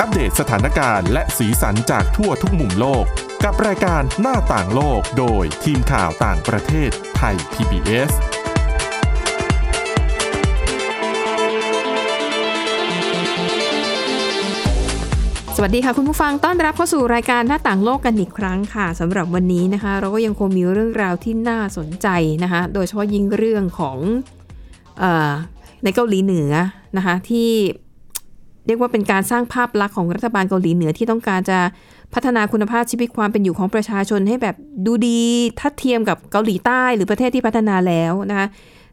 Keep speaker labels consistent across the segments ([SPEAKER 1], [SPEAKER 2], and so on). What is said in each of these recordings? [SPEAKER 1] อัปเดตสถานการณ์และสีสันจากทั่วทุกมุมโลก กับรายการหน้าต่างโลกโดยทีมข่าวต่างประเทศไทย PBS
[SPEAKER 2] สวัสดีค่ะคุณผู้ฟังต้อนรับเข้าสู่รายการหน้าต่างโลกกันอีกครั้งค่ะสำหรับวันนี้นะคะ เราก็ยังคงมีเรื่องราวที่น่าสนใจนะคะ โดยเฉพาะยิ่งเรื่องของเออในเกาหลีเหนือนะคะที่เรียกว่าเป็นการสร้างภาพลักษณ์ของรัฐบาลเกาหลีเหนือที่ต้องการจะพัฒนาคุณภาพชีวิตความเป็นอยู่ของประชาชนให้แบบดูดีทัดเทียมกับเกาหลีใต้หรือประเทศที่พัฒนาแล้วนะคะ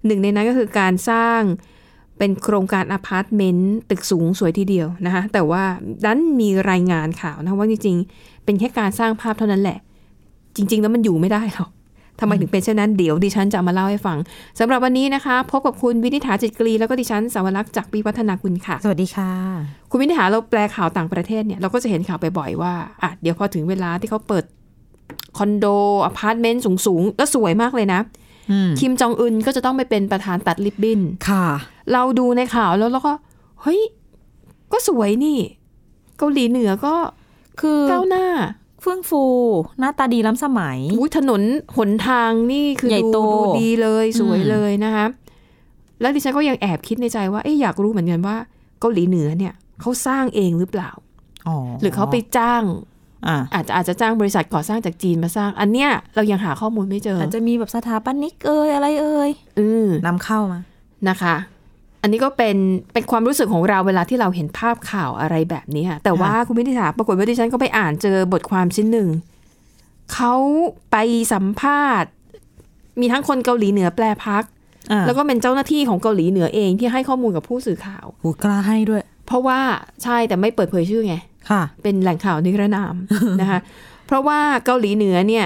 [SPEAKER 2] หนึ่งในนั้นก็คือการสร้าง เป็นโครงการอพาร์ตเมนต์ตึกสูงสวยทีเดียวนะคะแต่ว่าดันมีรายงานข่าวนะว่าจริงๆ เป็นแค่การสร้างภาพเท่านั้นแหละ จริง ๆ แล้วมันอยู่ไม่ได้หรอกทำไมถึงเป็นเช่นนั้นเดี๋ยวดิฉันจะเอามาเล่าให้ฟังสำหรับวันนี้นะคะ พบกับคุณวินิษฐาจิตกรีแล้วก็ดิฉันสาวรักษ์จากปีวัฒนาคุณค่ะ
[SPEAKER 3] สวัสดีค่ะ
[SPEAKER 2] คุณวินิษฐาเราแปลข่าวต่างประเทศเนี่ยเราก็จะเห็นข่าวบ่อยๆว่าอ่ะเดี๋ยวพอถึงเวลาที่เขาเปิดคอนโดอพาร์ตเมนต์สูงๆแล้วสวยมากเลยนะ
[SPEAKER 3] อืม
[SPEAKER 2] คิมจองอึนก็จะต้องไปเป็นประธานตัดลิบบิ้น
[SPEAKER 3] ค่ะ
[SPEAKER 2] เราดูในข่าวแล้วเราก็เฮ้ย ก็สวยนี่ เกาหลีเหนือก็
[SPEAKER 3] คือ
[SPEAKER 2] ก้าวหน้า
[SPEAKER 3] เฟื่องฟู หน้าตาดีล้ำสมัย
[SPEAKER 2] อุยถนนหนทางนี่คือ
[SPEAKER 3] ใหญ่
[SPEAKER 2] ดู
[SPEAKER 3] โต
[SPEAKER 2] ดูดีเลยสวยเลยนะคะแล้วดิฉันก็ยังแอบคิดในใจว่าเอ๊ะอยากรู้เหมือนกันว่า เกาหลีเหนือเนี่ยเขาสร้างเองหรือเปล่า
[SPEAKER 3] อ๋อ
[SPEAKER 2] หรือเขาไปจ้าง
[SPEAKER 3] อ่ะ
[SPEAKER 2] อาจจะอาจจะจ้างบริษัทก่อสร้างจากจีนมาสร้าง อันเนี้ยเรายังหาข้อมูลไม่เจอ
[SPEAKER 3] อาจจะมีแบบสถาปนิกเอ่ยอะไรเอ่ย
[SPEAKER 2] อืม
[SPEAKER 3] นำเข้ามา
[SPEAKER 2] นะคะ อันนี้ก็เป็นเป็นความรู้สึกของเราเวลาที่เราเห็นภาพข่าวอะไรแบบนี้ค่ะ แต่ว่าคุณพิธิษาปรากฏว่าดิฉันก็ไปอ่านเจอบทความชิ้นหนึ่ง เขาไปสัมภาษณ์ มีทั้งคนเกาหลีเหนือแปลพัก
[SPEAKER 3] อ่ะ
[SPEAKER 2] แล้วก็เป็นเจ้าหน้าที่ของเกาหลีเหนือเองที่ให้ข้อมูลกับผู้สื่อข่าว
[SPEAKER 3] หูกล้าให้ด้วย
[SPEAKER 2] เพราะว่าใช่แต่ไม่เปิดเผยชื่อไง
[SPEAKER 3] ค่ะ
[SPEAKER 2] เป็นแหล่งข่าวนิรนาม นะคะ เพราะว่าเกาหลีเหนือเนี่ย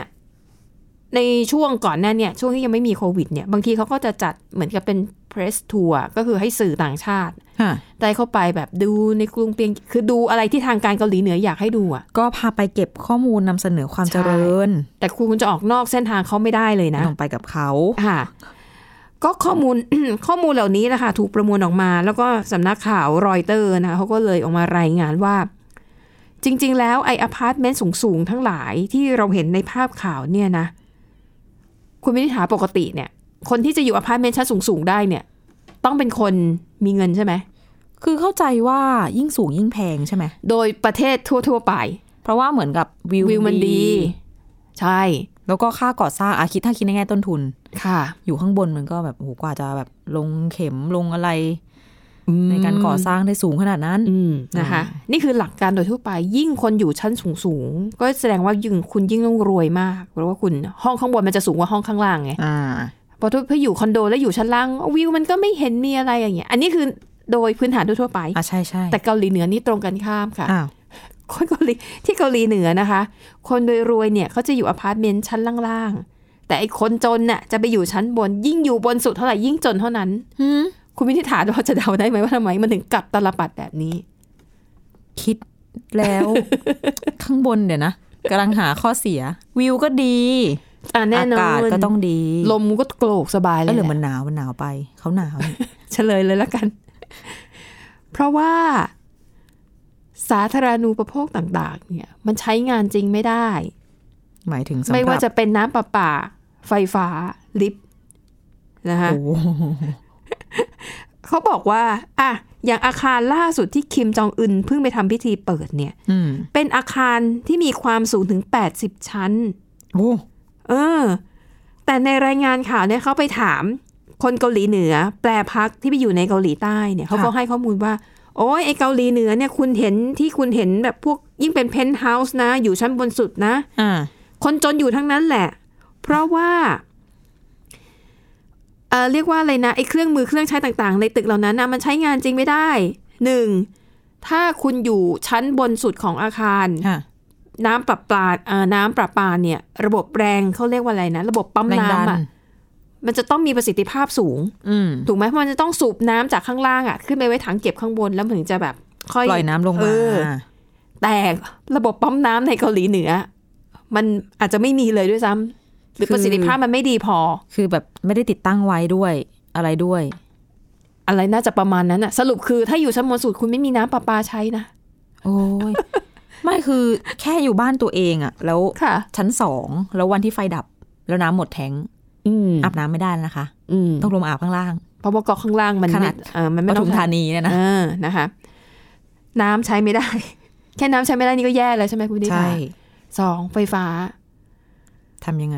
[SPEAKER 2] ในช่วงก่อนหน้าเนี่ย ช่วงที่ยังไม่มีโควิดเนี่ย บางทีเขาก็จะจัดเหมือนกับเป็น press tour ก็คือให้สื่อต่างชาติ
[SPEAKER 3] ค่ะ
[SPEAKER 2] ได้เข้าไปแบบดูในกรุงเปียงคือดูอะไรที่ทางการเกาหลีเหนืออยากให้ดูอะ
[SPEAKER 3] ก็พาไปเก็บข้อมูลนำเสนอความ
[SPEAKER 2] ใช่
[SPEAKER 3] เจริญ
[SPEAKER 2] แต่คุณจะออกนอกเส้นทางเขาไม่ได้เลยนะ
[SPEAKER 3] ลงไปกับเขา
[SPEAKER 2] ค่ะก็ข้อมูล ข้อมูลเหล่านี้แหละค่ะถูกประมวลออกมา แล้วก็สำนักข่าวรอยเตอร์นะคะเขาก็เลยออกมารายงานว่า จริง ๆ แล้วไออพาร์ตเมนต์สูง ๆ ทั้งหลายที่เราเห็นในภาพข่าวเนี่ยนะ คุณวินิษฐาปกติเนี่ย คนที่จะอยู่อพาร์ตเมนต์ชั้นสูง ๆ ได้เนี่ย ต้องเป็นคนมีเงินใช่ไหม
[SPEAKER 3] คือเข้าใจว่ายิ่งสูงยิ่งแพงใช่ไหม
[SPEAKER 2] โดยประเทศทั่ว ๆ ไป
[SPEAKER 3] เพราะว่าเหมือนกับวิ
[SPEAKER 2] วิวมันดี ใช่
[SPEAKER 3] แล้วก็ค่าก่อสร้างอาคิดถ้าคิดในแง่ต้นทุน
[SPEAKER 2] ค่ะ
[SPEAKER 3] อยู่ข้างบนมันก็แบบโอ้โหกว่าจะแบบลงเข็มลงอะไร
[SPEAKER 2] อืม
[SPEAKER 3] ในการก่อสร้างได้สูงขนาดนั้น
[SPEAKER 2] อืมนะคะนี่คือหลักการโดยทั่วไป ยิ่งคนอยู่ชั้นสูงสูงๆก็แสดงว่ายิ่งคุณยิ่งต้องรวยมากเพราะว่าคุณห้องข้างบนมันจะสูงกว่าห้องข้างล่างไง
[SPEAKER 3] อ่า
[SPEAKER 2] เพอถ้าอยู่คอนโดแล้วอยู่ชั้นล่างวิวมันก็ไม่เห็นมีอะไรอย่างเงี้ยอันนี้คือโดยพื้นฐานทั่วๆไป
[SPEAKER 3] อ่ะใช่ใช่
[SPEAKER 2] แต่เกาหลีเหนือนี่ตรงกันข้ามค่ะ
[SPEAKER 3] อ้าว
[SPEAKER 2] คนเกาหลีที่เกาหลีเหนือนะคะ คนโดยรวยเนี่ยเขาจะอยู่อพาร์ตเมนต์ชั้นล่างๆแต่ไอ้คนจนน่ะจะไปอยู่ชั้นบน ยิ่งอยู่บนสุดเท่าไหร่ยิ่งจนเท่านั้น
[SPEAKER 3] หืม
[SPEAKER 2] คุณวินิษฐาเราจะเดาได้ไหมว่าทำไมมันถึงกลับตลปัดแบบนี้
[SPEAKER 3] คิดแล้ว ข้างบนเดี๋ยวนะกำลังหาข้อเสีย วิวก็ดี
[SPEAKER 2] อ่ะแน่นอน
[SPEAKER 3] กาศก็ต้องดี
[SPEAKER 2] ลมก็โกรกสบายเล
[SPEAKER 3] เอ้ย
[SPEAKER 2] ย
[SPEAKER 3] หรือ
[SPEAKER 2] แห
[SPEAKER 3] มั
[SPEAKER 2] ละ
[SPEAKER 3] นหนาวมันหนาวไปเขาห นาวนี่
[SPEAKER 2] เฉลยเลยละกัน เพราะว่า สาธารณูปโภคต่างๆ เนี่ย มันใช้งานจริงไม่ได้
[SPEAKER 3] หมายถึงสำหรับ
[SPEAKER 2] ไม่ว่าจะเป็นน้ำประปา ไฟฟ้า ลิฟต์นะคะ
[SPEAKER 3] โอ้โห
[SPEAKER 2] เขาบอกว่า อ่ะ อย่างอาคารล่าสุดที่คิมจองอึนเพิ่งไปทำพิธีเปิดเนี่ย
[SPEAKER 3] อืม
[SPEAKER 2] เป็นอาคารที่มีความสูงถึง 80 ชั้น
[SPEAKER 3] โอ้
[SPEAKER 2] เออ แต่ในรายงานข่าวเนี่ยเขาไปถาม คนเกาหลีเหนือ แปลพักที่ไปอยู่ในเกาหลีใต้เนี่ยเขาก็ให้ข้อมูลว่า โอ้ยไอเกาหลีเหนือเนี่ยคุณเห็นที่คุณเห็นแบบพวกยิ่งเป็นเพนท์เฮาส์นะ อยู่ชั้นบนสุดนะ
[SPEAKER 3] อ่า
[SPEAKER 2] คนจนอยู่ทั้งนั้นแหละ เพราะว่าเอ่อเรียกว่าอะไรนะไอเครื่องมือเครื่องใช้ต่างๆ ในตึกเหล่านั้นนะมันใช้งานจริงไม่ได้หนึ่งถ้าคุณอยู่ชั้นบนสุดของอาคาร
[SPEAKER 3] ค่ะ
[SPEAKER 2] น้ำประปาเอ่อน้ำประปาเนี่ย ระบบแรงเขาเรียกว่าอะไรนะ ระบบปั๊ม
[SPEAKER 3] แรงดัน
[SPEAKER 2] น้ำอ่ะมันจะต้องมีประสิทธิภาพสูง
[SPEAKER 3] อืม
[SPEAKER 2] ถูกไหมเพราะมันจะต้องสูบน้ำจากข้างล่างอ่ะ ขึ้นไปไว้ถังเก็บข้างบนแล้วถึงจะแบบ ค่อย
[SPEAKER 3] ปล่อยน้ำลง
[SPEAKER 2] เอ
[SPEAKER 3] มา
[SPEAKER 2] อแต่ระบบปั๊มน้ำในเกาหลีเหนือ มันอาจจะไม่มีเลยด้วยซ้ำหรือประสิทธิภาพมันไม่ดีพอ
[SPEAKER 3] คือแบบไม่ได้ติดตั้งไว้ด้วยอะไรด้วย
[SPEAKER 2] อะไรน่าจะประมาณนั้นอ่ะ สรุปคือถ้าอยู่ชั้นบนสุดคุณไม่มีน้ำประปาใช้นะ
[SPEAKER 3] โอ้ย ไม่คือแค่อยู่บ้านตัวเองอะแล้ว
[SPEAKER 2] ค่ะ
[SPEAKER 3] ชั้นสองแล้ววันที่ไฟดับ แล้วน้ำหมดแทงค์
[SPEAKER 2] อืม
[SPEAKER 3] อาบน้ำไม่ได้แล้วนะคะ
[SPEAKER 2] อืม
[SPEAKER 3] ต้องลงมาอาบข้างล่าง
[SPEAKER 2] เพราะว่ากอกข้างล่างมัน
[SPEAKER 3] ขนาด
[SPEAKER 2] ไม่เออมัน
[SPEAKER 3] ป
[SPEAKER 2] ไม่ต้
[SPEAKER 3] ทุ
[SPEAKER 2] อง
[SPEAKER 3] มธานีเนี่ยนะ
[SPEAKER 2] เออนะคะ น้ำใช้ไม่ได้ แค่น้ำใช้ไม่ได้นี่ก็แย่แล้วใช่ไหมคุณดิ
[SPEAKER 3] ใช่
[SPEAKER 2] ค่ะสองไฟฟ้า
[SPEAKER 3] ทำยังไง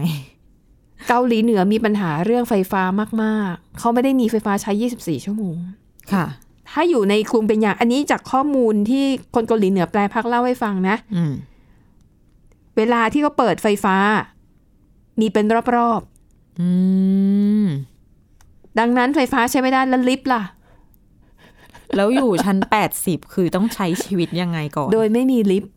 [SPEAKER 2] เกาหลีเหนือมีปัญหาเรื่องไฟฟ้ามากๆ เขาไม่ได้มีไฟฟ้าใช้ 24 ชั่วโมง
[SPEAKER 3] ค่ะ
[SPEAKER 2] ถ้าอยู่ในกรุงเป็นอย่างอันนี้จากข้อมูลที่คนเกาหลีเหนือแปลพักเล่าให้ฟังนะ
[SPEAKER 3] อืม
[SPEAKER 2] เวลาที่เขาเปิดไฟฟ้า มีเป็นรอบ
[SPEAKER 3] อืม
[SPEAKER 2] ๆ ดังนั้นไฟฟ้าใช้ไม่ได้แล้วลิฟต์ล่ะ
[SPEAKER 3] แล้วอยู่ชั้น 80 คือต้องใช้ชีวิตยังไงก่อน
[SPEAKER 2] โดยไม่มีลิฟต์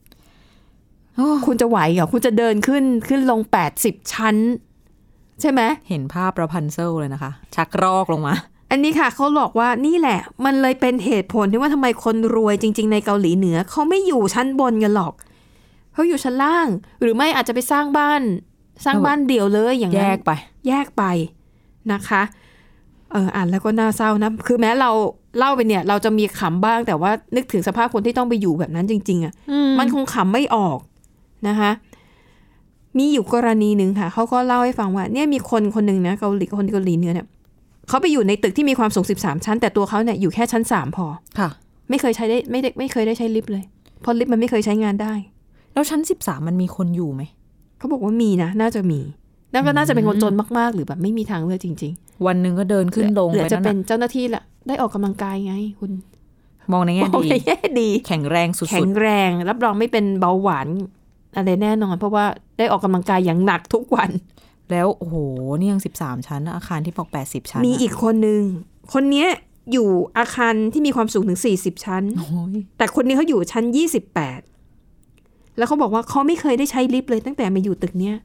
[SPEAKER 3] โอ้
[SPEAKER 2] คุณจะไหวเหรอคุณจะเดินขึ้นขึ้นลง 80 ชั้น ใช่ไหม
[SPEAKER 3] เห็นภาพประพันเซลเลยนะคะ ชักรอกลงมา
[SPEAKER 2] อันนี้ค่ะเขาบอกว่านี่แหละ มันเลยเป็นเหตุผลที่ว่าทำไมคนรวยจริง ๆ ในเกาหลีเหนือเขาไม่อยู่ชั้นบนกันหรอกเขาอยู่ชั้นล่าง หรือไม่อาจจะไปสร้างบ้าน สร้าง
[SPEAKER 3] เออ
[SPEAKER 2] บ้านเดี่ยวเลยอย่าง
[SPEAKER 3] แย
[SPEAKER 2] นั้น
[SPEAKER 3] กไป
[SPEAKER 2] แยกไปนะคะเอออ่านแล้วก็น่าเศร้านะ คือแม้เราเล่าไปเนี่ย เราจะมีขำบ้างแต่ว่านึกถึงสภาพคนที่ต้องไปอยู่แบบนั้นจริง ๆอะ มันคงขำไม่ออกนะคะ มีอยู่กรณีหนึ่งค่ะ เขาก็เล่าให้ฟังว่า เนี่ยมีคนคนหนึ่งนะเกาหลีคนเกาหลีเหนือเนี่ยเขาไปอยู่ในตึกที่มีความสูง 13 ชั้น แต่ตัวเขาเนี่ยอยู่แค่ชั้น 3 พอ
[SPEAKER 3] ค่ะ
[SPEAKER 2] ไม่เคยใช้ได้ไม่ได้ไม่เคยได้ใช้ลิฟต์เลย เพราะลิฟต์มันไม่เคยใช้งานได้
[SPEAKER 3] แล้วชั้น 13 มันมีคนอยู่ไหม
[SPEAKER 2] เขาบอกว่ามีนะ น่าจะมีนั่นก็น่าจะเป็นคนจนมากๆ หรือแบบไม่มีทางเลือกจริง
[SPEAKER 3] วันหนึ่งก็เดิน
[SPEAKER 2] ๆ
[SPEAKER 3] ขึ้นลง
[SPEAKER 2] หรือ
[SPEAKER 3] ไป
[SPEAKER 2] จะ
[SPEAKER 3] นั่น
[SPEAKER 2] เป็น
[SPEAKER 3] น่ะ
[SPEAKER 2] เจ้าหน้าที่ละได้ออกกำลังกายไง คุณ
[SPEAKER 3] มองในแง่
[SPEAKER 2] มอง
[SPEAKER 3] ดี
[SPEAKER 2] ในแง่ดี
[SPEAKER 3] แข็งแรงสุ
[SPEAKER 2] แข็
[SPEAKER 3] ด
[SPEAKER 2] งแรง รับรองไม่เป็นเบาหวานอะไรแน่นอน เพราะว่าได้ออกกำลังกายอย่างหนักทุกวัน
[SPEAKER 3] ๆ แล้ว โอ้โห นี่ยัง 13 ชั้นนะอาคารที่บอก 80 ชั้น
[SPEAKER 2] มี
[SPEAKER 3] นะ
[SPEAKER 2] อีกคนนึง คนเนี้ยอยู่อาคารที่มีความสูงถึง 40 ชั้น
[SPEAKER 3] โอ้ย
[SPEAKER 2] แต่คนนี้เขาอยู่ชั้น 28 แล้วเขาบอกว่าเขาไม่เคยได้ใช้ลิฟต์เลยตั้งแต่มาอยู่ตึกเนี้ย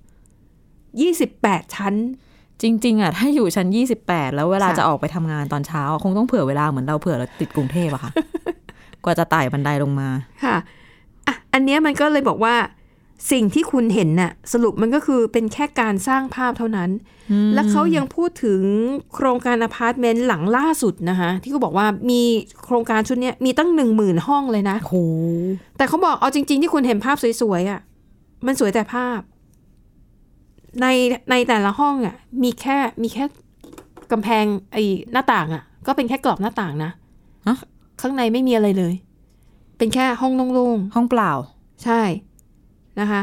[SPEAKER 2] 28 ชั้น
[SPEAKER 3] จริง ๆ อ่ะ ถ้าอยู่ชั้น 28 แล้วเวลา
[SPEAKER 2] ค่ะ
[SPEAKER 3] จะออกไปทำงานตอนเช้าอะคงต้องเผื่อเวลาเหมือนเราเผื่อเราติดกรุงเทพอะ ค่ะ กว่าจะไต่บันไดลงมา
[SPEAKER 2] ค่ะอ่ะ อันเนี้ยมันก็เลยบอกว่าสิ่งที่คุณเห็นน่ะสรุปมันก็คือเป็นแค่การสร้างภาพเท่านั้น และเขายังพูดถึงโครงการอพาร์ตเมนต์หลังล่าสุดนะคะที่เขาบอกว่ามีโครงการชุดเนี้ยมีตั้งหนึ่งหมื่นห้องเลยนะ
[SPEAKER 3] โอ้โห
[SPEAKER 2] แต่เขาบอกเอาจริง ๆ ที่คุณเห็นภาพสวยๆอะ่ะมันสวยแต่ภาพ ในในแต่ละห้องอะ่ะ มีแค่มีแค่กำแพงไอ้หน้าต่างอะ่ะ ก็เป็นแค่กรอบหน้าต่างนะ
[SPEAKER 3] ฮะ
[SPEAKER 2] ข้างในไม่มีอะไรเลย เป็นแค่ห้องโล่งๆ
[SPEAKER 3] ห้องเปล่า
[SPEAKER 2] ใช่นะคะ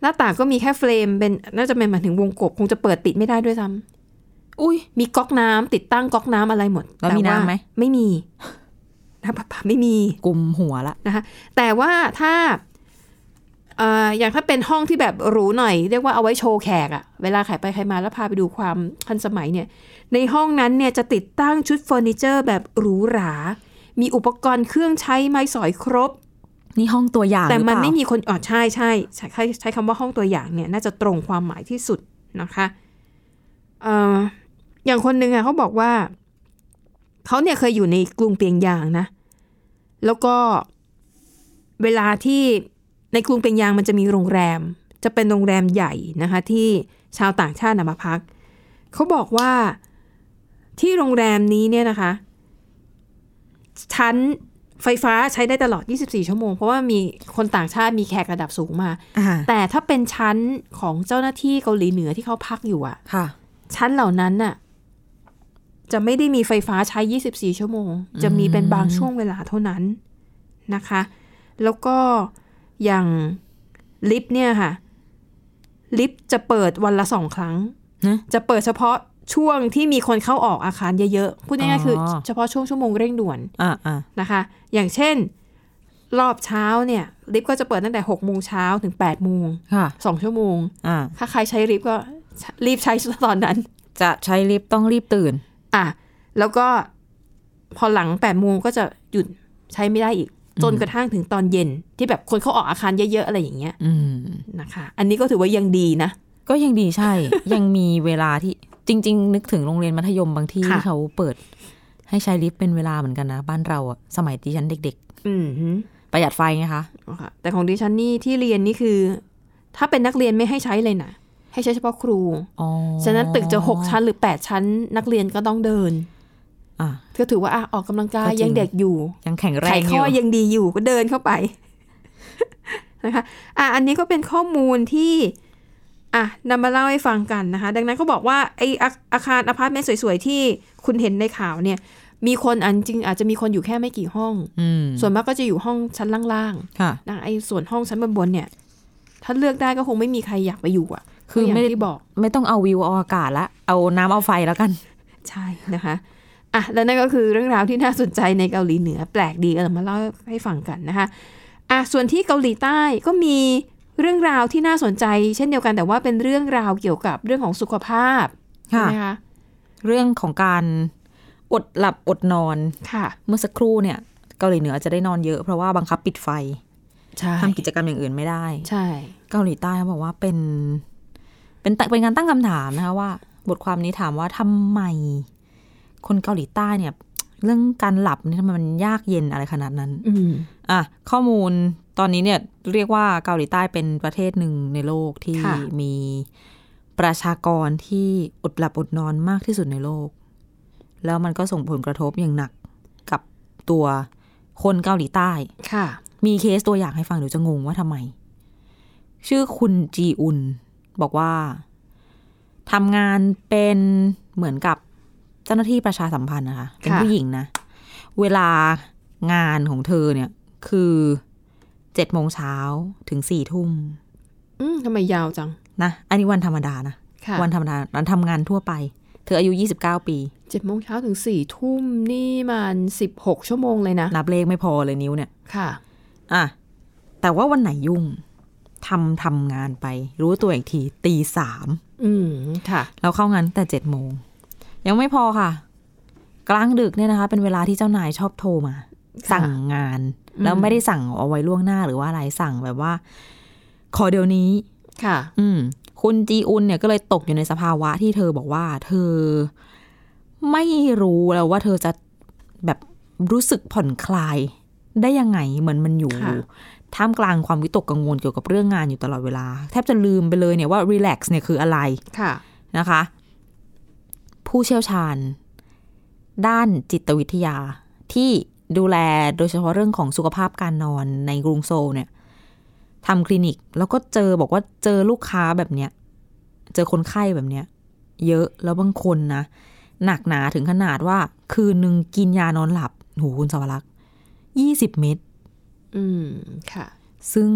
[SPEAKER 2] หน้าต่างก็มีแค่เฟรมเป็นน่าจะเป็นหมายถึงวงกบคงจะเปิดปิดไม่ได้ด้วยซ้ำ
[SPEAKER 3] อุ้ย
[SPEAKER 2] มีก๊อกน้ำติดตั้งก๊อกน้ำอะไรหมด
[SPEAKER 3] แล้วมีน้ำไหม
[SPEAKER 2] ไม่มี น้ำประปาไม่มี
[SPEAKER 3] กลุ่มหัวละ
[SPEAKER 2] นะคะ แต่ว่าถ้าเอ่ออย่างถ้าเป็นห้องที่แบบหรูหน่อย เรียกว่าเอาไว้โชว์แขกอะเวลาใครไปใครมาแล้วพาไปดูความทันสมัยเนี่ย ในห้องนั้นเนี่ยจะติดตั้งชุดเฟอร์นิเจอร์แบบหรูหรา มีอุปกรณ์เครื่องใช้ไม้สอยครบ
[SPEAKER 3] นี่ห้องตัวอย่าง
[SPEAKER 2] แต่
[SPEAKER 3] หรือ
[SPEAKER 2] มั
[SPEAKER 3] เป
[SPEAKER 2] น
[SPEAKER 3] ล่า
[SPEAKER 2] ไม่มีคนอ๋อใช่ใช่ใช้ใช้ใช้คำว่าห้องตัวอย่างเนี่ย น่าจะตรงความหมายที่สุดนะคะเอ่ออย่างคนหนึ่งอะเขาบอกว่าเขาเนี่ยเคยอยู่ในกรุงเปียงยางนะ แล้วก็เวลาที่ในกรุงเปียงยางมันจะมีโรงแรม จะเป็นโรงแรมใหญ่นะคะ ที่ชาวต่างชาตินำมาพักเขาบอกว่าที่โรงแรมนี้เนี่ยนะคะ ชั้นไฟฟ้าใช้ได้ตลอด 24 ชั่วโมง เพราะว่ามีคนต่างชาติมีแขกระดับสูงมา
[SPEAKER 3] อ่า
[SPEAKER 2] แต่ถ้าเป็นชั้นของเจ้าหน้าที่เกาหลีเหนือที่เขาพักอยู่อะ
[SPEAKER 3] ค่ะ
[SPEAKER 2] ชั้นเหล่านั้นน่ะ จะไม่ได้มีไฟฟ้าใช้ 24 ชั่วโมง จะมีเป็นบางช่วงเวลาเท่านั้นนะคะ แล้วก็อย่างลิฟต์เนี่ยค่ะ ลิฟต์จะเปิดวันละสองครั้ง
[SPEAKER 3] นะ
[SPEAKER 2] จะเปิดเฉพาะช่วงที่มีคนเข้าออกอาคารเยอะๆพูดง่ายๆคือ
[SPEAKER 3] อ๋อ
[SPEAKER 2] เฉพาะช่วงชั่วโมงเร่งด่วน
[SPEAKER 3] อ่าอ่า
[SPEAKER 2] นะคะ อย่างเช่น รอบเช้าเนี่ยลิฟต์ก็จะเปิดตั้งแต่6โมงเช้าถึง8โมง
[SPEAKER 3] ค่ะ
[SPEAKER 2] 2ชั่วโมง
[SPEAKER 3] อ่า
[SPEAKER 2] ถ้าใครใช้ลิฟต์ก็รีบใช้ตอนนั้น
[SPEAKER 3] จะใช้ลิฟต์ต้องรีบตื่น
[SPEAKER 2] อ่ะ แล้วก็พอหลัง8โมงก็จะหยุดใช้ไม่ได้อีก จนกระทั่งถึงตอนเย็น ที่แบบคนเขาออกอาคารเยอะๆ อะไรอย่างเงี้ย
[SPEAKER 3] อืม
[SPEAKER 2] นะคะ อันนี้ก็ถือว่ายังดีนะ
[SPEAKER 3] ก็ยังดี ใช่ ยังมีเวลาที่จริง ๆ นึกถึงโรงเรียนมัธยมบางที่
[SPEAKER 2] ค่ะ
[SPEAKER 3] ที่เขาเปิด ให้ใช้ลิฟต์เป็นเวลาเหมือนกันนะ บ้านเราอะสมัยดิฉันเด็ก
[SPEAKER 2] อืมฮึ
[SPEAKER 3] ๆ ประหยัดไฟไงคะ
[SPEAKER 2] เอาค่ะแต่ของดิฉันนี่ที่เรียนนี่คือ ถ้าเป็นนักเรียนไม่ให้ใช้เลยนะให้ใช้เฉพาะครู
[SPEAKER 3] อ๋อ
[SPEAKER 2] ฉะนั้นตึกจะหกชั้นหรือแปดชั้น นักเรียนก็ต้องเดิน
[SPEAKER 3] อ่ะ
[SPEAKER 2] ก็ถือว่าอ่ะออกกำลังกาย
[SPEAKER 3] ก็จริง
[SPEAKER 2] ยังเด็กอยู่
[SPEAKER 3] ยังแข็งแร
[SPEAKER 2] ไข
[SPEAKER 3] งอ
[SPEAKER 2] ข้อยู่ ยังดีอยู่ก็เดินเข้าไป นะคะอ่ะอันนี้ก็เป็นข้อมูลที่อ่ะนำมาเล่าให้ฟังกันนะคะ ดังนั้นก็บอกว่าไออาอาคารอพาร์ตเมนต์สวยๆ ที่คุณเห็นในข่าวเนี่ย มีคนอันจริงอาจจะมีคนอยู่แค่ไม่กี่ห้อง
[SPEAKER 3] อืม
[SPEAKER 2] ส่วนมากก็จะอยู่ห้องชั้นล่าง
[SPEAKER 3] ค่ะ
[SPEAKER 2] ๆนะไอส่วนห้องชั้นบนๆเนี่ย ถ้าเลือกได้ก็คงไม่มีใครอยากไปอยู่อ่ะ
[SPEAKER 3] คือ
[SPEAKER 2] ก็ย่าง
[SPEAKER 3] ไม่ได้
[SPEAKER 2] ที่บอก
[SPEAKER 3] ไม่ต้องเอาวิวเอาอากาศละ เอาน้ำเอาไฟแล้วกัน
[SPEAKER 2] ใช่นะคะอ่ะแล้วนั่นก็คือเรื่องราวที่น่าสนใจในเกาหลีเหนือแปลกดีก็เรามาเล่าให้ฟังกันนะคะอ่ะส่วนที่เกาหลีใต้ก็มีเรื่องราวที่น่าสนใจ เช่นเดียวกันแต่ว่าเป็นเรื่องราวเกี่ยวกับเรื่องของสุขภาพใช่
[SPEAKER 3] ค่ะ
[SPEAKER 2] ไหมคะ
[SPEAKER 3] เรื่องของการอดหลับอดนอน
[SPEAKER 2] ค่ะ
[SPEAKER 3] เมื่อสักครู่เนี่ย เกาหลีเหนือจะได้นอนเยอะเพราะว่าบังคับปิดไฟ
[SPEAKER 2] ใช่
[SPEAKER 3] ทำกิจกรรมอย่างอื่นไม่ได้
[SPEAKER 2] ใช่
[SPEAKER 3] เกาหลีใต้เขาบอกว่าเป็น เป็นตะเป็นการตั้งคำถามนะคะว่า บทความนี้ถามว่าทำไม คนเกาหลีใต้เนี่ย เรื่องการหลับเนี่ยทำไมมันยากเย็นอะไรขนาดนั้น
[SPEAKER 2] อืม
[SPEAKER 3] อ่ะข้อมูลตอนนี้เนี่ยเรียกว่าเกาหลีใต้เป็นประเทศหนึ่งในโลกที่มีประชากรที่อดหลับอดนอนมากที่สุดในโลก แล้วมันก็ส่งผลกระทบอย่างหนักกับตัวคนเกาหลีใต้
[SPEAKER 2] ค่ะ
[SPEAKER 3] มีเคสตัวอย่างให้ฟังเดี๋ยวจะงงว่าทำไม ชื่อคุณจีอุน บอกว่าทำงานเป็นเหมือนกับเจ้าหน้าที่ประชาสัมพันธ์นะคะ เป็นผู้หญิงนะ เวลางานของเธอเนี่ยคือเจ็ดโมงเช้าถึงสี่ทุ่ม
[SPEAKER 2] อืมทำไมยาวจัง
[SPEAKER 3] นะ อันนี้วันธรรมดานะ
[SPEAKER 2] ค่ะ
[SPEAKER 3] วันธรรมดาวันทำงานทั่วไป เธออายุยี่สิบเก้าปี
[SPEAKER 2] เจ็ดโมงเช้าถึงสี่ทุ่มนี่มันสิบหกชั่วโมงเลยนะ
[SPEAKER 3] นับเลขไม่พอเลยนิ้วเนี่ย
[SPEAKER 2] ค่ะ
[SPEAKER 3] อ่ะ แต่ว่าวันไหนยุ่งทำทำงานไป รู้ตัวอีกทีตีสาม
[SPEAKER 2] อืมค่ะ
[SPEAKER 3] เราเข้างานตั้งแต่เจ็ดโมง ยังไม่พอค่ะ กลางดึกเนี่ยนะคะ เป็นเวลาที่เจ้านายชอบโทรมา
[SPEAKER 2] ะ
[SPEAKER 3] สั่งงาน แล้ว
[SPEAKER 2] อืม
[SPEAKER 3] ไม่ได้สั่งเอาไว้ล่วงหน้าหรือว่าอะไรสั่งแบบว่า ขอเดี๋ยวนี้
[SPEAKER 2] ค่ะ
[SPEAKER 3] อืม คุณจีอุนเนี่ยก็เลยตกอยู่ในสภาวะที่เธอบอกว่า เธอไม่รู้แล้วว่าเธอจะแบบรู้สึกผ่อนคลายได้ยังไงเหมือนมันอยู่
[SPEAKER 2] ค่ะ
[SPEAKER 3] ท่ามกลางความวิตกกังวลเกี่ยวกับเรื่องงานอยู่ตลอดเวลา แทบจะลืมไปเลยเนี่ยว่ารีแลกซ์เนี่ยคืออะไร
[SPEAKER 2] ค่ะ
[SPEAKER 3] นะคะ ผู้เชี่ยวชาญ ด้านจิตวิทยา ที่ดูแลโดยเฉพาะเรื่องของสุขภาพการนอนในกรุงโซลเนี่ยทำคลินิก แล้วก็เจอบอกว่าเจอลูกค้าแบบเนี้ย เจอคนไข้แบบเนี้ย เยอะแล้วบางคนนะ หนักหนาถึงขนาดว่า คืนหนึ่งกินยานอนหลับโหคุณสวรักษ์ยี่สิบเม็ด
[SPEAKER 2] อืมค่ะ
[SPEAKER 3] ซึ่ง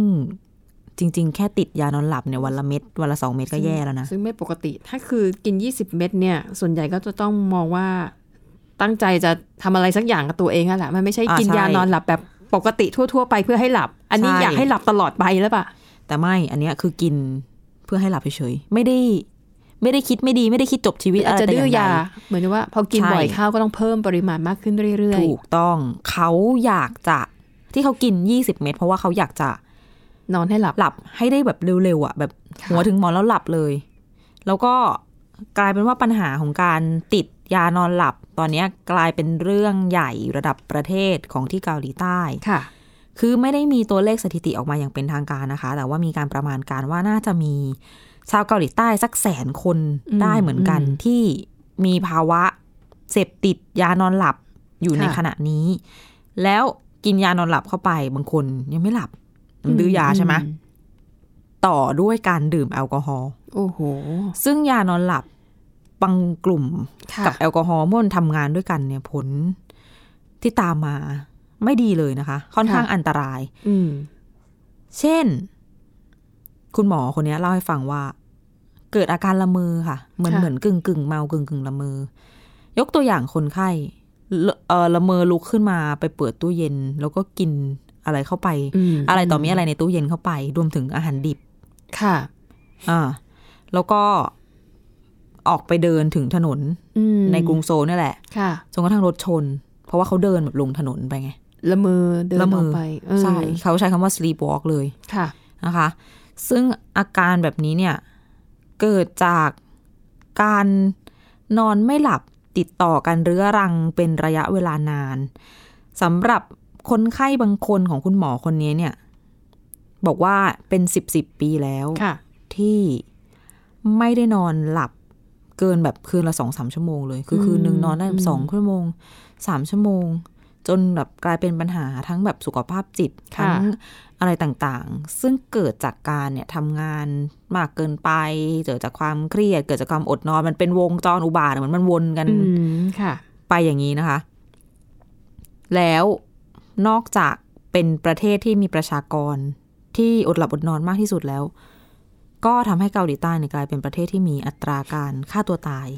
[SPEAKER 3] จริง ๆ แค่ติดยานอนหลับเนี่ยวันละเม็ดวันละสองเม็ดก็แย่แล้วนะ
[SPEAKER 2] ซึ่งไม่ปกติ ถ้าคือกิน 20 เม็ดเนี่ย ส่วนใหญ่ก็จะต้องมองว่าตั้งใจจะทำอะไรสักอย่างกับตัวเองนั่นแหละ มันไม่ใช่
[SPEAKER 3] อ่ากิ
[SPEAKER 2] กิน
[SPEAKER 3] ใช่
[SPEAKER 2] ยานอนหลับแบบปกติทั่ว ๆ ไปเพื่อให้หลับ อันนี้
[SPEAKER 3] ใช่
[SPEAKER 2] อยากให้หลับตลอดไปแล้วป่ะ
[SPEAKER 3] แต่ไม่ อันเนี้ยคือกินเพื่อให้หลับเฉยๆ ไม่ได้ ไม่ได้คิดไม่ดี ไม่ได้คิดจบชีวิต
[SPEAKER 2] อา
[SPEAKER 3] อะ
[SPEAKER 2] จ
[SPEAKER 3] ไร
[SPEAKER 2] จะ
[SPEAKER 3] แต่อ
[SPEAKER 2] ดื้อย่าง
[SPEAKER 3] ใด
[SPEAKER 2] ยา เหมือนว่า พอกิน
[SPEAKER 3] ใช่
[SPEAKER 2] บ่อยข้าวก็ต้องเพิ่มปริมาณมากขึ้นเรื่อย
[SPEAKER 3] ถูกต้อง เขาอยากจะที่เขากิน 20 เม็ดเพราะว่าเขาอยากจะ
[SPEAKER 2] ๆ นอนให้หลับ
[SPEAKER 3] หลับให้ได้แบบเร็วๆอ่ะ แบบ
[SPEAKER 2] ค่ะ
[SPEAKER 3] หัวถึงหมอนแล้วหลับเลย แล้วก็กลายเป็นว่าปัญหาของการติดยานอนหลับ ตอนเนี้ยกลายเป็นเรื่องใหญ่ระดับประเทศของที่เกาหลีใต้
[SPEAKER 2] ค่ะ
[SPEAKER 3] คือไม่ได้มีตัวเลขสถิติออกมาอย่างเป็นทางการนะคะ แต่ว่ามีการประมาณการว่าน่าจะมีชาวเกาหลีใต้สักแสนคน
[SPEAKER 2] อืม
[SPEAKER 3] ได้เหมือนกัน
[SPEAKER 2] อืม
[SPEAKER 3] ที่มีภาวะเสพติดยานอนหลับอยู่
[SPEAKER 2] ค่ะ
[SPEAKER 3] ในขณะนี้ แล้วกินยานอนหลับเข้าไปบางคนยังไม่หลับมันดื้อยาใช่ไหม
[SPEAKER 2] อืม
[SPEAKER 3] ต่อด้วยการดื่มแอลกอฮอล์
[SPEAKER 2] โอ้โห
[SPEAKER 3] ซึ่งยานอนหลับบางกลุ่ม
[SPEAKER 2] ค่ะ
[SPEAKER 3] กับแอลกอฮอล์เมื่อมันทำงานด้วยกันเนี่ยผลที่ตามมาไม่ดีเลยนะคะ ค่อนข้าง
[SPEAKER 2] ค่ะ
[SPEAKER 3] อันตราย
[SPEAKER 2] อืม
[SPEAKER 3] เช่น คุณหมอคนเนี้ยเล่าให้ฟังว่า เกิดอาการละเมอค่ะ เหมือนเหมือนกึ่งกึ่งเมากึ่งกึ่งละเมอยกตัวอย่างคนไข้ละเออละเมอลุกขึ้นมาไปเปิดตู้เย็น แล้วก็กินอะไรเข้าไป
[SPEAKER 2] ม
[SPEAKER 3] อะไรต่อมีอะไรในตู้เย็นเข้าไป รวมถึงอาหารดิบ
[SPEAKER 2] ค่ะ
[SPEAKER 3] อ่า แล้วก็ออกไปเดินถึงถนน
[SPEAKER 2] อืม
[SPEAKER 3] ในกรุงโซลเนี่ยแหละ
[SPEAKER 2] ค่ะ
[SPEAKER 3] จนกระทั่งรถชน เพราะว่าเขาเดินแบบลงถนนไปไง
[SPEAKER 2] ละเมอเดิน
[SPEAKER 3] ละเม
[SPEAKER 2] อ
[SPEAKER 3] อ
[SPEAKER 2] อกไปเออ
[SPEAKER 3] ใช่เขาใช้คำว่า sleep walk เลย
[SPEAKER 2] ค่ะ
[SPEAKER 3] นะคะ ซึ่งอาการแบบนี้เนี่ย เกิดจากการนอนไม่หลับติดต่อกันเรื้อรังเป็นระยะเวลานานสำหรับคนไข้บางคนของคุณหมอคนนี้เนี่ย บอกว่าเป็นสิบสิบปีแล้ว
[SPEAKER 2] ค่ะ
[SPEAKER 3] ที่ไม่ได้นอนหลับเกินแบบคืนละสองสามชั่วโมงเลย คือคืนหนึ่งนอนได้
[SPEAKER 2] อืม
[SPEAKER 3] สองชั่วโมงสามชั่วโมง จนแบบกลายเป็นปัญหาทั้งแบบสุขภาพจิต
[SPEAKER 2] ค่ะ
[SPEAKER 3] ทั้งอะไรต่างๆ ซึ่งเกิดจากการเนี่ยทำงานมากเกินไป เกิดจากความเครียด เกิดจากความอดนอน มันเป็นวงจรอุบาทเหมือนมันวนกัน
[SPEAKER 2] อืมค่ะ
[SPEAKER 3] ไปอย่างนี้นะคะ แล้วนอกจากเป็นประเทศที่มีประชากรที่อดหลับอดนอนมากที่สุดแล้ว ก็ทำให้เกาหลีใต้เนี่ยกลายเป็นประเทศที่มีอัตราการฆ่าตัวตาย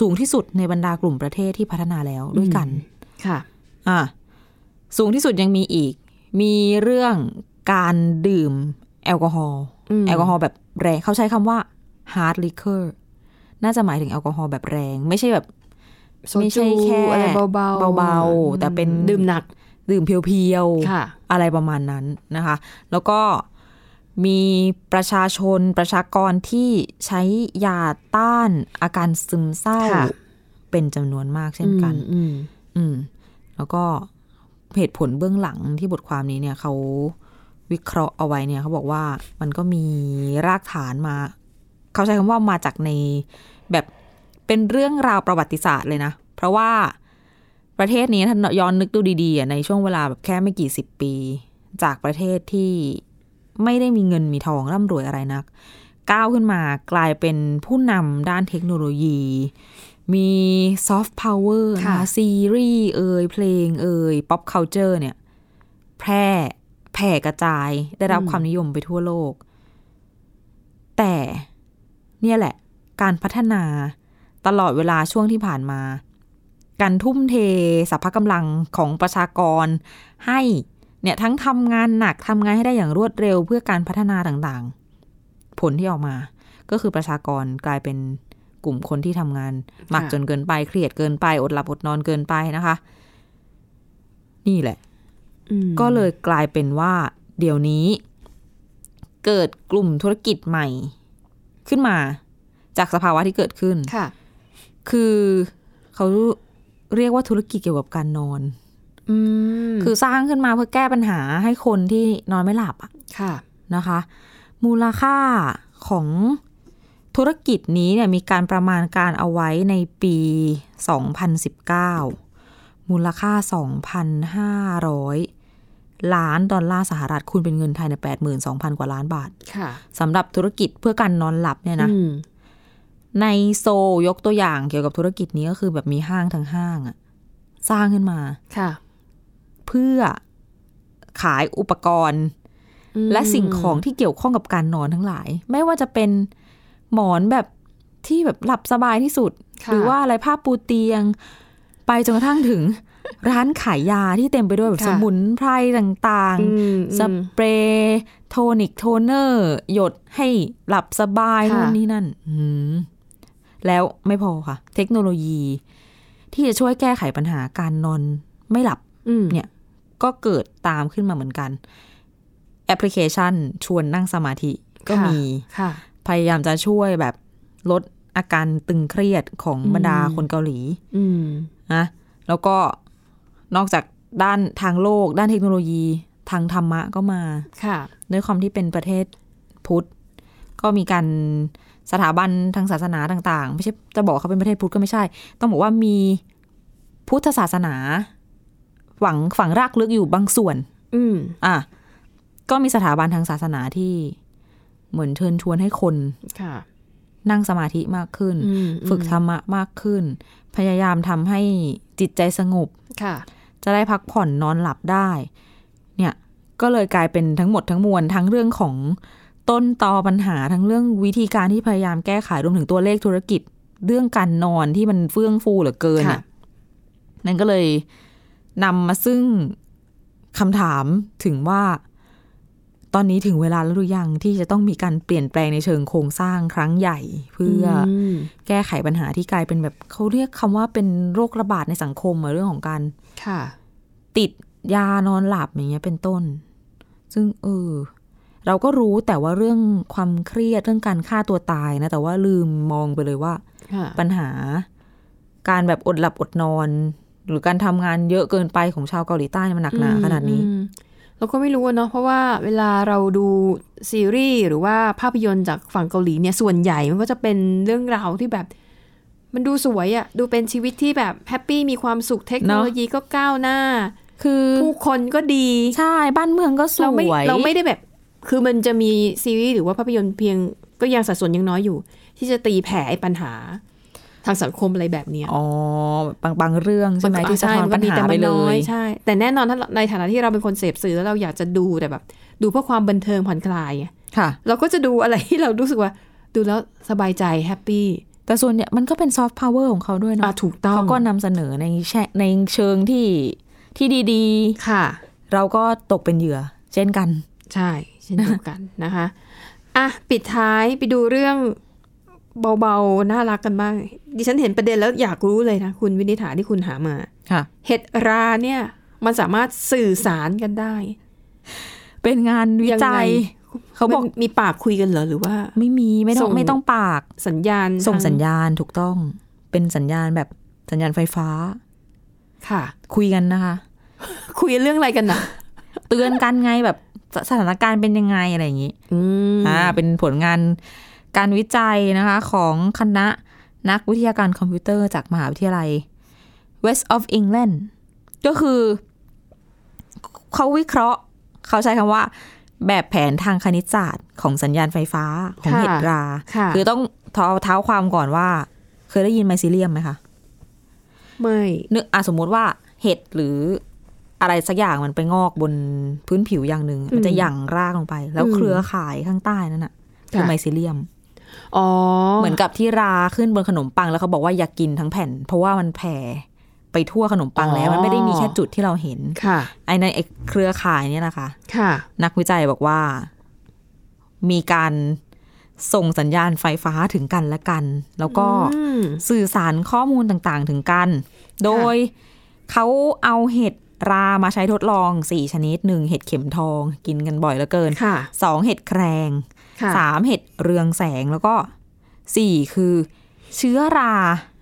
[SPEAKER 3] สูงที่สุดในบรรดากลุ่มประเทศที่พัฒนาแล้วด้วยกัน
[SPEAKER 2] ค่ะ
[SPEAKER 3] อ่ะสูงที่สุดยังมีอีก มีเรื่องการดื่มแอลกอฮอล์
[SPEAKER 2] อืม
[SPEAKER 3] แอลกอฮอล์แบบแรงเขาใช้คำว่า hard liquor น่าจะหมายถึงแอลกอฮอล์แบบแรง ไม่ใช่แบบ
[SPEAKER 2] โซ
[SPEAKER 3] ไม่ใช่
[SPEAKER 2] จู
[SPEAKER 3] แค่
[SPEAKER 2] อะไรเบาๆ
[SPEAKER 3] เบาๆแต่เป็น
[SPEAKER 2] ดื่มหนัก
[SPEAKER 3] ดื่มเพียวๆ
[SPEAKER 2] ค่ะ
[SPEAKER 3] อะไรประมาณนั้นนะคะ แล้วก็มีประชาชนประชากรที่ใช้ยาต้านอาการซึมเศร้า
[SPEAKER 2] ค่ะ
[SPEAKER 3] เป็นจำนวนมากเช่นกัน
[SPEAKER 2] อืม
[SPEAKER 3] อืม แล้วก็เหตุผลเบื้องหลังที่บทความนี้เนี่ยเขาวิเคราะห์เอาไว้เนี่ยเขาบอกว่ามันก็มีรากฐานมา เขาใช้คำว่ามาจากในแบบเป็นเรื่องราวประวัติศาสตร์เลยนะ เพราะว่าประเทศนี้ถ้าย้อนนึกดูดีๆอ่ะในช่วงเวลาแบบแค่ไม่กี่สิบปี จากประเทศที่ไม่ได้มีเงินมีทองร่ำรวยอะไรนัก ก้าวขึ้นมากลายเป็นผู้นำด้านเทคโนโลยี มีซอฟต์พาวเวอร์นะคะซีรีส์เอ่ยเพลงเอ่ยป๊อปค l เจอร์เนี่ย แพร่แผ่กระจายได้รับความนิยมไปทั่วโลก แต่เนี่ยแหละ การพัฒนาตลอดเวลาช่วงที่ผ่านมา การทุ่มเทสรรพกำลังของประชากรให้เนี่ยทั้งทำงานหนักทำงานให้ได้อย่างรวดเร็วเพื่อการพัฒนาต่างๆ ผลที่ออกมา ก็คือประชากรกลายเป็นกลุ่มคนที่ทำงานหมักจนเกินไปเครียดเกินไป อดหลับอดนอนเกินไปนะคะ นี่แหละ
[SPEAKER 2] อืม
[SPEAKER 3] ก็เลยกลายเป็นว่า เดี๋ยวนี้ เกิดกลุ่มธุรกิจใหม่ ขึ้นมา จากสภาวะที่เกิดขึ้น
[SPEAKER 2] ค่ะ
[SPEAKER 3] คือเขาเรียกว่าธุรกิจเกี่ยวกับการนอน
[SPEAKER 2] อืม
[SPEAKER 3] คือสร้างขึ้นมาเพื่อแก้ปัญหาให้คนที่นอนไม่หลับอะ
[SPEAKER 2] ค่ะ
[SPEAKER 3] นะคะ มูลค่าของธุรกิจนี้เนี่ยมีการประมาณการเอาไว้ในปี 2019 มูลค่า 2,500 ล้านดอลลาร์สหรัฐคูณเป็นเงินไทยในย82,000 กว่าล้านบาท
[SPEAKER 2] ค่ะ
[SPEAKER 3] สำหรับธุรกิจเพื่อการนอนหลับเนี่ยนะ
[SPEAKER 2] อืม
[SPEAKER 3] ในโซลยกตัวอย่างเกี่ยวกับธุรกิจนี้ก็คือแบบมีห้างทั้งห้างอะสร้างขึ้นมา
[SPEAKER 2] ค่ะ
[SPEAKER 3] เพื่อขายอุปกรณ์
[SPEAKER 2] อืม
[SPEAKER 3] และสิ่งของที่เกี่ยวข้องกับการนอนทั้งหลาย ไม่ว่าจะเป็นหมอนแบบที่แบบหลับสบายที่สุด
[SPEAKER 2] ค่ะ
[SPEAKER 3] หรือว่าอะไรผ้าปูเตียง ไปจนกระทั่งถึง ร้านขายยาที่เต็มไปด้วยแบบ
[SPEAKER 2] ค่ะ
[SPEAKER 3] สมุนไพรต่าง
[SPEAKER 2] อืม
[SPEAKER 3] ๆ สเปรย์โทนิกโทนเนอร์ หยดให้หลับสบายนู่นนี่นั่นอืมแล้วไม่พอค่ะ เทคโนโลยี ที่จะช่วยแก้ไขปัญหาการนอนไม่หลับ
[SPEAKER 2] อืม
[SPEAKER 3] เนี่ย ก็เกิดตามขึ้นมาเหมือนกัน แอปพลิเคชันชวนนั่งสมาธิก็มี
[SPEAKER 2] ค่ะ
[SPEAKER 3] พยายามจะช่วยแบบลดอาการตึงเครียดของบรรดา
[SPEAKER 2] อืม
[SPEAKER 3] คนเกาหลี
[SPEAKER 2] อืม
[SPEAKER 3] นะแล้วก็นอกจากด้านทางโลก ด้านเทคโนโลยีทางธรรมะก็มา
[SPEAKER 2] ค่ะ
[SPEAKER 3] ด้วยความที่เป็นประเทศพุทธ ก็มีการสถาบันทางศาสนาต่าง ๆ ไม่ใช่จะบอกเขาเป็นประเทศพุทธก็ไม่ใช่ ต้องบอกว่ามีพุทธศาสนาหวังฝังรากลึกอยู่บางส่วน
[SPEAKER 2] อืม
[SPEAKER 3] อ่ะก็มีสถาบันทางศาสนาที่เหมือนเชิญชวนให้คน
[SPEAKER 2] ค่ะ
[SPEAKER 3] นั่งสมาธิมากขึ้น
[SPEAKER 2] อืม
[SPEAKER 3] ฝึกธรรมะมากขึ้น พยายามทำให้จิตใจสงบ
[SPEAKER 2] ค่ะ
[SPEAKER 3] จะได้พักผ่อนนอนหลับได้ เนี่ยก็เลยกลายเป็นทั้งหมดทั้งมวลทั้งเรื่องของต้นตอปัญหาทั้งเรื่องวิธีการที่พยายามแก้ไขรวมถึงตัวเลขธุรกิจ เรื่องการนอนที่มันเฟื่องฟูเหลือเกิน
[SPEAKER 2] ค่ะ
[SPEAKER 3] น่ะนั่นก็เลยนำมาซึ่งคำถามถึงว่า ตอนนี้ถึงเวลาแล้วหรือยังที่จะต้องมีการเปลี่ยนแปลงในเชิงโครงสร้างครั้งใหญ่เพื่อ
[SPEAKER 2] ม
[SPEAKER 3] แก้ไขปัญหาที่กลายเป็นแบบเขาเรียกคำว่าเป็นโรคระบาดในสังคมอะเรื่องของการ
[SPEAKER 2] ค่ะ
[SPEAKER 3] ติดยานอนหลับอย่างเงี้ยเป็นต้น ซึ่งเออเราก็รู้แต่ว่าเรื่องความเครียดเรื่องการฆ่าตัวตายนะ แต่ว่าลืมมองไปเลยว่า
[SPEAKER 2] ค่ะ
[SPEAKER 3] ปัญหา การแบบอดหลับอดนอน หรือการทำงานเยอะเกินไปของชาวเกาหลีใต้เนี่ยมันหนักหนาขนาดนี้
[SPEAKER 2] อืมเราก็ไม่รู้อะเนาะเพราะว่าเวลาเราดูซีรีส์หรือว่าภาพยนตร์จากฝั่งเกาหลีเนี่ยส่วนใหญ่มันก็จะเป็นเรื่องราวที่แบบ มันดูสวยอะดูเป็นชีวิตที่แบบแฮปปี้มีความสุขเทคโนโลยีก็ก้าวหน้า
[SPEAKER 3] คือ
[SPEAKER 2] ผู้คนก็ดี
[SPEAKER 3] ใช่บ้านเมืองก็สวย
[SPEAKER 2] เราไม่เราไม่ได้แบบ คือมันจะมีซีรีส์หรือว่าภาพยนตร์เพียงก็ยังสัดส่วนยังน้อยอยู่ ที่จะตีแผ่ไอ้ปัญหา ทางสังคมอะไรแบบเนี้ย
[SPEAKER 3] อ๋อบางบางเรื่องใช่ไหม
[SPEAKER 2] นก็
[SPEAKER 3] ที่สะ
[SPEAKER 2] ใช่
[SPEAKER 3] ท้อน
[SPEAKER 2] มั
[SPEAKER 3] ปัญ
[SPEAKER 2] ก็มี
[SPEAKER 3] หา
[SPEAKER 2] แต่
[SPEAKER 3] ไป
[SPEAKER 2] มัน
[SPEAKER 3] เล
[SPEAKER 2] น้อย ยใช่ แต่แน่นอนถ้าในฐานะที่เราเป็นคนเสพสื่อแล้วเราอยากจะดูแต่แบบ ดูเพื่อความบันเทิงผ่อนคลายไง
[SPEAKER 3] ค่ะ
[SPEAKER 2] เราก็จะดูอะไรที่เรารู้สึกว่า ดูแล้วสบายใจแฮปปี้
[SPEAKER 3] แต่ส่วนเนี่ยมันก็เป็นซอฟต์พาวเวอร์ของเขาด้วย
[SPEAKER 2] อ่ะ
[SPEAKER 3] เนาะ
[SPEAKER 2] ถูกต้อง
[SPEAKER 3] เขาก็นำเสนอในแชในเชิงที่ที่ดี
[SPEAKER 2] ค่ะ
[SPEAKER 3] ๆ เราก็ตกเป็นเหยื่อ เช่นกัน
[SPEAKER 2] ใช่เช่นเดียวกันนะคะอ่ะปิดท้ายไปดูเรื่องเบาๆ น่ารักกันบ้าง ดิฉันเห็นประเด็นแล้วอยากรู้เลยนะคุณวินิษฐาที่คุณหามา
[SPEAKER 3] ค่ะ
[SPEAKER 2] เห็ดราเนี่ย มันสามารถสื่อสารกันได้
[SPEAKER 3] เป็นงานวิ
[SPEAKER 2] ยังไง
[SPEAKER 3] จัย เขาบอก
[SPEAKER 2] มันมีปากคุยกันเหรอหรือว่า
[SPEAKER 3] ไม่มีไม่ต้
[SPEAKER 2] ส่
[SPEAKER 3] อง
[SPEAKER 2] ง
[SPEAKER 3] ไม่ต้องปาก
[SPEAKER 2] สัญญาณ
[SPEAKER 3] ส่งสัญ
[SPEAKER 2] ท
[SPEAKER 3] ญาณถูกต้อง เป็นสัญญาณแบบสัญญาณไฟฟ้า
[SPEAKER 2] งค่ะ
[SPEAKER 3] คุยกันนะคะ
[SPEAKER 2] คุยเรื่องอะไรกันนะ
[SPEAKER 3] เตือนกันไงแบบสสถานการณ์เป็นยังไงอะไรอย่างนี้
[SPEAKER 2] อืม
[SPEAKER 3] อ่าเป็นผลงานการวิจัยนะคะของคณะนักวิทยาการคอมพิวเตอร์จากมหาวิทยาลัย West of England ก็คือ เขาวิเคราะห์ เขาใช้คำว่า แบบแผนทางคณิตศาสตร์ของสัญญาณไฟฟ้าของเห็ดรา
[SPEAKER 2] ค่ะ
[SPEAKER 3] คือต้องเท้าเท้าความก่อนว่า เคยได้ยินไมซิเลียมไหมคะ
[SPEAKER 2] ไม่
[SPEAKER 3] นึกอ่ะสมมติว่าเห็ดหรืออะไรสักอย่างมันไปงอกบนพื้นผิวอย่างหนึ่งมันจะหยั่งรากลงไป แล้วเครือข่ายข้างใต้นั่นน่ะคือไมซิเลียม
[SPEAKER 2] อ๋อ
[SPEAKER 3] เหมือนกับที่ราขึ้นบนขนมปังแล้วเขาบอกว่าอย่ากกินทั้งแผ่น เพราะว่ามันแผ่ไปทั่วขนมปังแล้ว มันไม่ได้มีแค่จุดที่เราเห็น
[SPEAKER 2] ค่ะ
[SPEAKER 3] ไอ้ในไอ้เครือข่ายเนี่ยนะคะ
[SPEAKER 2] ค่ะ
[SPEAKER 3] นักวิจัยบอกว่า มีการส่งสัญญาณไฟฟ้าถึงกันและกัน แล้วก็
[SPEAKER 2] อืม
[SPEAKER 3] สื่อสารข้อมูลต่างๆ ถึงกัน โดยเขาเอาเห็ดรามาใช้ทดลองสี่ชนิดหนึ่งเห็ดเข็มทอง กินกันบ่อยเหลือเกิน
[SPEAKER 2] ค่ะ
[SPEAKER 3] สองเห็ดแครง
[SPEAKER 2] ค่ะ
[SPEAKER 3] สามเห็ดเรืองแสงแล้วก็สี่คือ เชื้อรา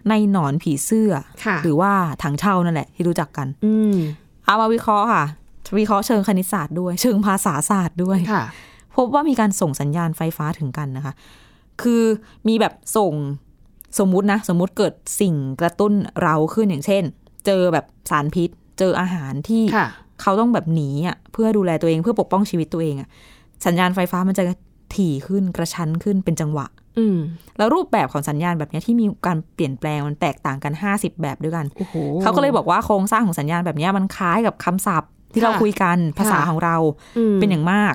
[SPEAKER 3] ในหนอนผีเสื้อ
[SPEAKER 2] ค่ะ
[SPEAKER 3] หรือว่าถังเช่านั่นแหละที่รู้จักกัน
[SPEAKER 2] อืม
[SPEAKER 3] เอามาวิเคราะห์ค่ะ วิเคราะห์เชิงคณิตศาสตร์ด้วย เชิงภาษาศาสตร์ด้วย
[SPEAKER 2] ค่ะ
[SPEAKER 3] พบว่ามีการส่งสัญญาณไฟฟ้าถึงกันนะคะ คือมีแบบส่งสมมุตินะ สมมุติเกิดสิ่งกระตุ้นเราขึ้นอย่างเช่น เจอแบบสารพิษ เจออาหารที่
[SPEAKER 2] ค่ะ
[SPEAKER 3] เขาต้องแบบหนีอ่ะเพื่อดูแลตัวเองเพื่อปกป้องชีวิตตัวเองอ่ะสัญญาณไฟฟ้ามันจะถี่ขึ้นกระชั้นขึ้นเป็นจังหวะ
[SPEAKER 2] อืม
[SPEAKER 3] แล้วรูปแบบของสัญญาณแบบเนี้ยที่มีการเปลี่ยนแปลงมันแตกต่างกัน 50 แบบด้วยกัน
[SPEAKER 2] โอ้โห
[SPEAKER 3] เขาก็เลยบอกว่าโครงสร้างของสัญญาณแบบเนี้ยมันคล้ายกับคำศัพท์ ที่เรา
[SPEAKER 2] ค่ะ
[SPEAKER 3] คุยกันภาษา
[SPEAKER 2] ค่ะ
[SPEAKER 3] ของเราเป็นอย่างมาก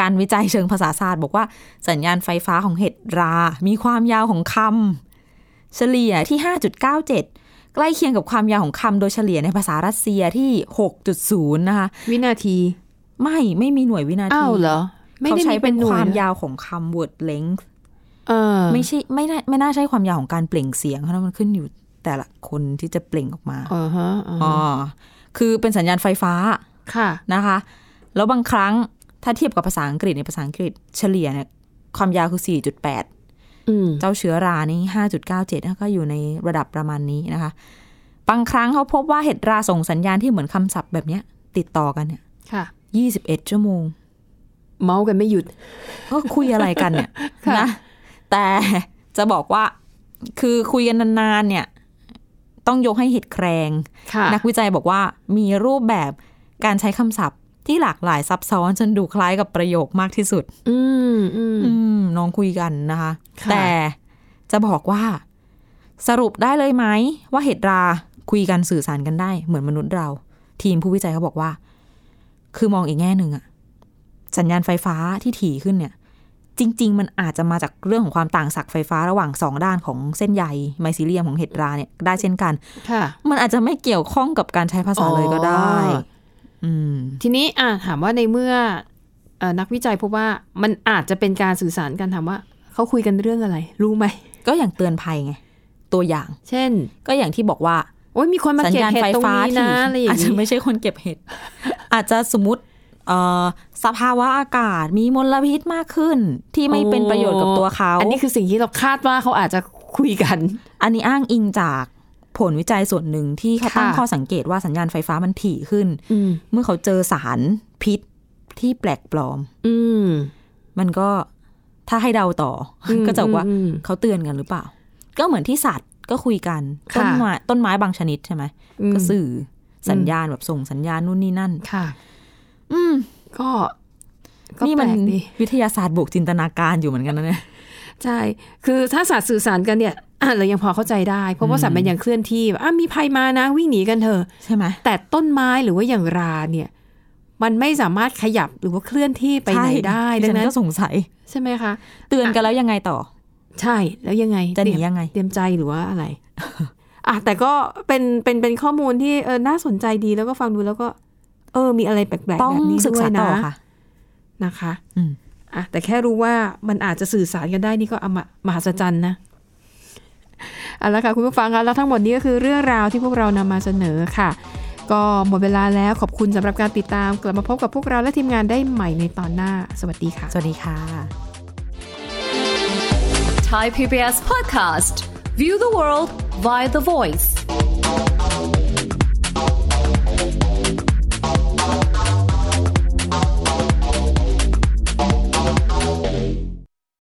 [SPEAKER 3] การวิจัยเชิงภาษาศาสตร์ บอกว่าสัญญาณไฟฟ้าของเห็ดรา มีความยาวของคำเฉลี่ยที่ 5.97 ใกล้เคียงกับความยาวของคำโดยเฉลี่ยในภาษารัสเซียที่ 6.0 นะคะ
[SPEAKER 2] วินาที
[SPEAKER 3] ไม่ไม่มีหน่วยวินาที
[SPEAKER 2] อ้าวเหรอ ไม่
[SPEAKER 3] เขา
[SPEAKER 2] ได้
[SPEAKER 3] ใช้
[SPEAKER 2] มีเป็
[SPEAKER 3] เป็นน
[SPEAKER 2] หน่
[SPEAKER 3] ค
[SPEAKER 2] ยว
[SPEAKER 3] วาม
[SPEAKER 2] เหรอย
[SPEAKER 3] าวของคำ word length
[SPEAKER 2] เออ
[SPEAKER 3] ไม่ใช่ไม่น่าไม่น่าใช่ความยาวของการเปล่งเสียงเพราะมันขึ้นอยู่แต่ละคนที่จะเปล่งออกมา
[SPEAKER 2] อ๋อฮะอ๋อ
[SPEAKER 3] อ๋อ
[SPEAKER 2] ฮะ
[SPEAKER 3] คือเป็นสัญญาณไฟฟ้า
[SPEAKER 2] ค่ะ
[SPEAKER 3] นะคะ แล้วบางครั้งถ้าเทียบกับภาษาอังกฤษในยภาษาอังกฤษเฉลี่ยเนี่ยความยาวคือ 4.8
[SPEAKER 2] อืม
[SPEAKER 3] เจ้าเชื้อรานี่5.97แล้วก็อยู่ในระดับประมาณนี้นะคะ บางครั้งเขาพบว่าเห็ดราส่งสัญญาณที่เหมือนคำศัพท์แบบเนี้ย ติดต่อกันเนี่ย
[SPEAKER 2] ค่ะ
[SPEAKER 3] 21 ชั่วโมง
[SPEAKER 2] เมาส์กันไม่หยุด
[SPEAKER 3] เออคุยอะไรกันเนี่ย
[SPEAKER 2] ค่ะ
[SPEAKER 3] นะแต่จะบอกว่าคือคุยกันนานๆเนี่ย ต้องยกให้เห็ดแครง
[SPEAKER 2] ค่ะ
[SPEAKER 3] นักวิจัยบอกว่ามีรูปแบบการใช้คำศัพท์ที่หลากหลายซับซ้อนจนดูคล้ายกับประโยคมากที่สุด
[SPEAKER 2] อืมอืม
[SPEAKER 3] อืมน้องคุยกันนะคะ
[SPEAKER 2] ค่ะ
[SPEAKER 3] แต่จะบอกว่าสรุปได้เลยไหม ว่าเห็ดราคุยกันสื่อสารกันได้ เหมือนมนุษย์เรา ทีมผู้วิจัยเขาบอกว่า คือมองอีกแง่หนึ่งอะสัญญาณไฟฟ้าที่ถี่ขึ้นเนี่ย จริง ๆ มันอาจจะมาจากเรื่องของความต่างศักย์ไฟฟ้าระหว่างสองด้านของเส้นใยไมซิเลียมของเห็ดราเนี่ยได้เช่นกัน
[SPEAKER 2] ค่ะ
[SPEAKER 3] มันอาจจะไม่เกี่ยวข้องกับการใช้ภาษาเลยก็ได้
[SPEAKER 2] อ๋อ
[SPEAKER 3] อืม
[SPEAKER 2] ทีนี้อ่ะถามว่าในเมื่อเอ่อนักวิจัยพบว่ามันอาจจะเป็นการสื่อสารกันถามว่าเขาคุยกันเรื่องอะไร รู้ไหม
[SPEAKER 3] ก็อย่างเตือนภัยไงตัวอย่าง
[SPEAKER 2] เช่น
[SPEAKER 3] ก็อย่างที่บอกว่า
[SPEAKER 2] โอ้ยมีคนมา
[SPEAKER 3] สัญ
[SPEAKER 2] เก็บ
[SPEAKER 3] ญาณ
[SPEAKER 2] เห็ด
[SPEAKER 3] ไฟ
[SPEAKER 2] ตรง
[SPEAKER 3] ฟ้า
[SPEAKER 2] นี้
[SPEAKER 3] ที่
[SPEAKER 2] นะอะไรอย่าง
[SPEAKER 3] อาจจะ
[SPEAKER 2] นี้
[SPEAKER 3] ไม่ใช่คนเก็บเห็ด อาจจะสมมติเอ่อสภาวะอากาศมีมลพิษมากขึ้น ที่ไม่เป็นประโยชน์กับตัวเขา
[SPEAKER 2] อันนี้คือสิ่งที่เราคาดว่าเขาอาจจะคุยกัน
[SPEAKER 3] อันนี้อ้างอิงจากผลวิจัยส่วนหนึ่งที่เขา
[SPEAKER 2] ค่ะ
[SPEAKER 3] ตั้งข้อสังเกตว่าสัญญาณไฟฟ้ามันถี่ขึ้น
[SPEAKER 2] อืม
[SPEAKER 3] เมื่อเขาเจอสารพิษที่แปลกปลอม
[SPEAKER 2] อืม
[SPEAKER 3] มันก็ถ้าให้เดาต่ออก็จะบอกว่า
[SPEAKER 2] อืม
[SPEAKER 3] เขาเตือนกันหรือเปล่า ก็เหมือนที่สัตว์ก็คุยกัน ต้น
[SPEAKER 2] ค่ะ
[SPEAKER 3] ไม้ต้นไม้บางชนิดใช่ไหม
[SPEAKER 2] อืม
[SPEAKER 3] ก็สื่อสัญญาณแบบส่งสัญญาณนู่นนี่นั่น
[SPEAKER 2] ค่ะ
[SPEAKER 3] อืม
[SPEAKER 2] ก็ก็
[SPEAKER 3] นี่มั
[SPEAKER 2] แปลกดี
[SPEAKER 3] วิทยาศาสตร์บวกจินตนาการอยู่เหมือนกันนะเนี่ย
[SPEAKER 2] ใช่ คือถ้าสัตว์สื่อสารกันเนี่ยอ่ะเรายังพอเข้าใจได้ เพราะว่าสัตว์มันยังเคลื่อนที่แบบอ่ะมีภัยมานะวิ่งหนีกันเถอะ
[SPEAKER 3] ใช่ไหม
[SPEAKER 2] แต่ต้นไม้หรือว่าอย่างราเนี่ย มันไม่สามารถขยับหรือว่าเคลื่อนที่ไปไหน
[SPEAKER 3] ใช่
[SPEAKER 2] ได้
[SPEAKER 3] ดิ
[SPEAKER 2] ดั
[SPEAKER 3] ฉั
[SPEAKER 2] งนั้น
[SPEAKER 3] ก็สงสัย
[SPEAKER 2] ใช่ไหมคะ
[SPEAKER 3] เตือนกันแล้วยังไงต่อ
[SPEAKER 2] ใช่แล้วยังไง
[SPEAKER 3] จะห
[SPEAKER 2] เตรี
[SPEAKER 3] นี
[SPEAKER 2] ยม
[SPEAKER 3] ยังไง
[SPEAKER 2] เตรียมใจหรือว่าอะไร อ่ะแต่ก็เป็นเป็นเป็นข้อมูลที่เออน่าสนใจดีแล้วก็ฟังดูแล้วก็ เออ มีอะไรแปลกๆ
[SPEAKER 3] ต้อง
[SPEAKER 2] แบบนี้
[SPEAKER 3] ศึก
[SPEAKER 2] ด้ว
[SPEAKER 3] ษายต่
[SPEAKER 2] นะ
[SPEAKER 3] อค่ะ
[SPEAKER 2] นะคะ
[SPEAKER 3] อืม
[SPEAKER 2] อ่ะแต่แค่รู้ว่ามันอาจจะสื่อสารกันได้นี่ก็อมะมหัศจรรย์นะเอาละค่ะคุณผู้ฟังคะแล้วทั้งหมดนี้ก็คือเรื่องราวที่พวกเรานำมาเสนอค่ะ ก็หมดเวลาแล้วขอบคุณสำหรับการติดตามกลับมาพบกับพวกเราและทีมงานได้ใหม่ในตอนหน้า สวัสดีค่ะ
[SPEAKER 3] สวัสดีค่ะ
[SPEAKER 4] Thai PBS podcast. View the world via the voice.